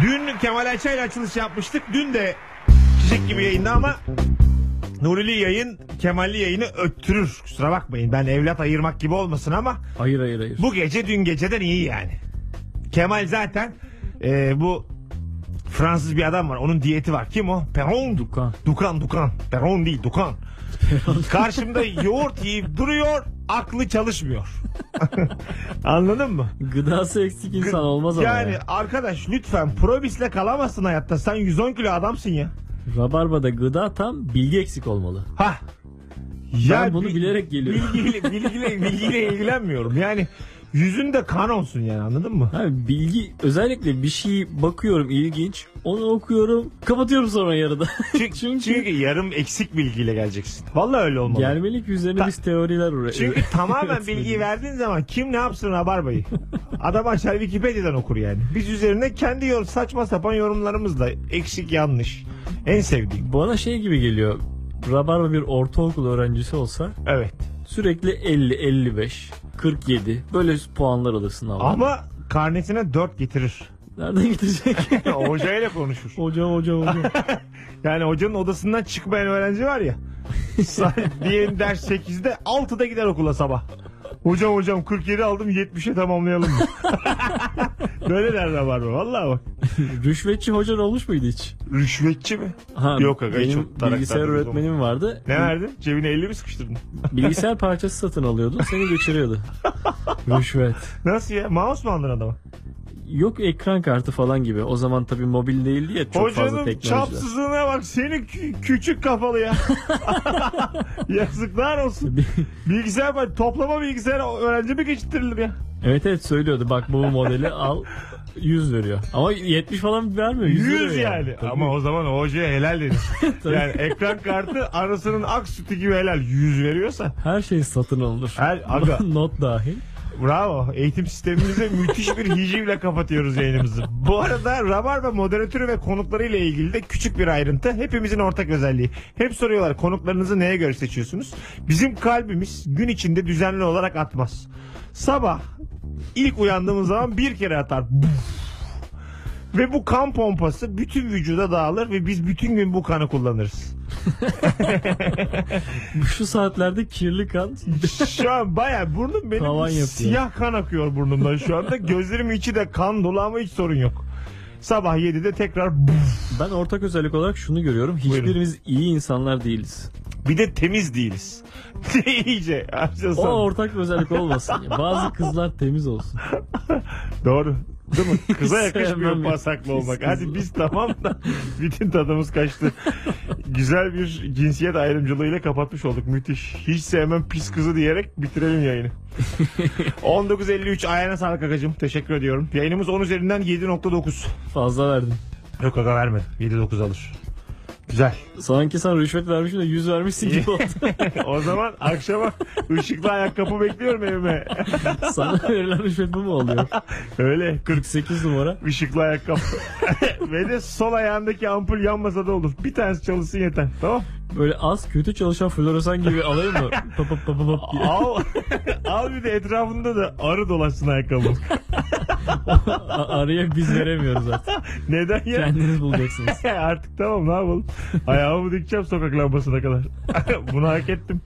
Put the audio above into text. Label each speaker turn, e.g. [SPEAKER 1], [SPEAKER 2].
[SPEAKER 1] Dün Kemal Ayça ile açılış yapmıştık. Dün de çiçek gibi yayında ama Nurili yayın Kemalli yayını öttürür. Kusura bakmayın ben evlat ayırmak gibi olmasın ama
[SPEAKER 2] Hayır hayır hayır.
[SPEAKER 1] bu gece dün geceden iyi yani. Kemal zaten e, bu Fransız bir adam var. Onun diyeti var. Kim o? Peron.
[SPEAKER 2] Dukan.
[SPEAKER 1] Dukan Dukan. Peron değil Dukan. Karşımda yoğurt yiyip duruyor. Aklı çalışmıyor. Anladın mı?
[SPEAKER 2] Gıdası eksik insan olmaz ama
[SPEAKER 1] yani
[SPEAKER 2] yani. ya.
[SPEAKER 1] arkadaş lütfen probisle kalamazsın hayatta. Sen 110 kilo adamsın ya.
[SPEAKER 2] Rabarba'da gıda tam bilgi eksik olmalı.
[SPEAKER 1] Ha.
[SPEAKER 2] ben bunu
[SPEAKER 1] bil-
[SPEAKER 2] bilerek geliyorum.
[SPEAKER 1] Bilgiyle, bilgiyle, bilgiyle ilgilenmiyorum. Yani yüzünde kan olsun yani anladın mı?
[SPEAKER 2] Abi bilgi özellikle bir şey bakıyorum ilginç. Onu okuyorum. Kapatıyorum sonra yarıda.
[SPEAKER 1] Çünkü, çünkü... yarım eksik bilgiyle geleceksin. Vallahi öyle olmalı.
[SPEAKER 2] Gelmelik üzerine
[SPEAKER 1] Ta-
[SPEAKER 2] biz teoriler üretiyoruz.
[SPEAKER 1] Çünkü tamamen bilgiyi verdiğin zaman kim ne yapsın rabarbayı? Adam açar Wikipedia'dan okur yani. Biz üzerine kendi yor saçma sapan yorumlarımızla eksik yanlış. En sevdiğim.
[SPEAKER 2] Bana şey gibi geliyor. Rabarba bir ortaokul öğrencisi olsa
[SPEAKER 1] Evet.
[SPEAKER 2] sürekli 50, 55, 47 böyle puanlar alır sınavda.
[SPEAKER 1] Ama karnesine 4 getirir.
[SPEAKER 2] Nereden gidecek?
[SPEAKER 1] Hocayla konuşur.
[SPEAKER 2] hocam hocam hocam.
[SPEAKER 1] Yani hocanın odasından çıkmayan öğrenci var ya. Sa- Diyelim ders 8'de 6'da gider okula sabah. Hocam hocam 47 aldım 70'e tamamlayalım mı? Böyle derler var mı? Vallahi bak.
[SPEAKER 2] Rüşvetçi hocan olmuş muydu hiç?
[SPEAKER 1] Rüşvetçi mi?
[SPEAKER 2] Ha,
[SPEAKER 1] Yok aga, hiç
[SPEAKER 2] benim
[SPEAKER 1] çok taraklarda
[SPEAKER 2] bilgisayar
[SPEAKER 1] biz
[SPEAKER 2] öğretmenim vardı.
[SPEAKER 1] Ne verdin? Cebine 50 mi sıkıştırdın?
[SPEAKER 2] Bilgisayar parçası satın alıyordu. Seni götürüyordu. Rüşvet.
[SPEAKER 1] Nasıl ya? Mouse mu aldın adama?
[SPEAKER 2] Yok ekran kartı falan gibi. O zaman tabii mobil değildi ya çok fazla
[SPEAKER 1] Hocanın
[SPEAKER 2] teknoloji.
[SPEAKER 1] çapsızlığına bak. Senin kü- küçük kafalı ya. Yazıklar olsun. Bilgisayar var. Toplama bilgisayar öğrenci mi geçtirilir ya?
[SPEAKER 2] evet evet söylüyordu. Bak bu modeli al 100 veriyor. Ama 70 falan vermiyor. 100,
[SPEAKER 1] 100
[SPEAKER 2] veriyor
[SPEAKER 1] yani.
[SPEAKER 2] Tabii.
[SPEAKER 1] Ama o zaman o hocaya helal denir.
[SPEAKER 2] Tabii.
[SPEAKER 1] yani ekran kartı arasının ak sütü gibi helal. 100 veriyorsa.
[SPEAKER 2] Her şey satın alınır.
[SPEAKER 1] Her, aga
[SPEAKER 2] Not dahil.
[SPEAKER 1] bravo. Eğitim sistemimize müthiş bir hicivle kapatıyoruz yayınımızı. Bu arada Rabarba moderatörü ve konuklarıyla ilgili de küçük bir ayrıntı. Hepimizin ortak özelliği. Hep soruyorlar konuklarınızı neye göre seçiyorsunuz? Bizim kalbimiz gün içinde düzenli olarak atmaz. Sabah ilk uyandığımız zaman bir kere atar. Ve bu kan pompası bütün vücuda dağılır ve biz bütün gün bu kanı kullanırız.
[SPEAKER 2] Şu saatlerde kirli kan.
[SPEAKER 1] Şu an baya burnum benim
[SPEAKER 2] Tavan yapıyor.
[SPEAKER 1] siyah kan akıyor burnumdan şu anda. Gözlerim içi de kan dolu ama hiç sorun yok. Sabah 7'de tekrar buf.
[SPEAKER 2] Ben ortak özellik olarak şunu görüyorum. Hiçbirimiz iyi insanlar değiliz.
[SPEAKER 1] bir de temiz değiliz. İyice
[SPEAKER 2] O
[SPEAKER 1] açılsan.
[SPEAKER 2] ortak bir özellik olmasın. ya. Bazı kızlar temiz olsun.
[SPEAKER 1] Doğru. Değil mi? Kıza
[SPEAKER 2] Hiç
[SPEAKER 1] yakışmıyor
[SPEAKER 2] sevmem ya.
[SPEAKER 1] pasaklı
[SPEAKER 2] Pis
[SPEAKER 1] olmak.
[SPEAKER 2] kız.
[SPEAKER 1] Hadi biz tamam da bütün tadımız kaçtı. Güzel bir cinsiyet ayrımcılığıyla kapatmış olduk. Müthiş. Hiç sevmem pis kızı diyerek bitirelim yayını. 19.53 ayağına sağlık kakacığım. Teşekkür ediyorum. Yayınımız 10 üzerinden 7.9.
[SPEAKER 2] Fazla verdim.
[SPEAKER 1] Yok aga vermedim. 7-9 alır. Güzel.
[SPEAKER 2] Sanki sen rüşvet vermişsin de 100 vermişsin gibi oldu.
[SPEAKER 1] o zaman akşama ışıklı ayakkabı bekliyorum evime.
[SPEAKER 2] Sana verilen rüşvet bu mu oluyor?
[SPEAKER 1] Öyle 40
[SPEAKER 2] 48 numara.
[SPEAKER 1] ışıklı ayakkabı. Ve de sol ayağındaki ampul yanmasa da olur. Bir tanesi çalışsın yeter. Tamam.
[SPEAKER 2] Böyle az kötü çalışan floresan gibi alayım mı? Pap pap pap pap diye.
[SPEAKER 1] Al, al bir de etrafında da arı dolaşsın ayakkabı.
[SPEAKER 2] A- Araya biz veremiyoruz artık.
[SPEAKER 1] Neden ya?
[SPEAKER 2] Kendiniz bulacaksınız.
[SPEAKER 1] Artık tamam ne yapalım. Ayağımı dikeceğim sokak lambasına kadar. Bunu hak ettim.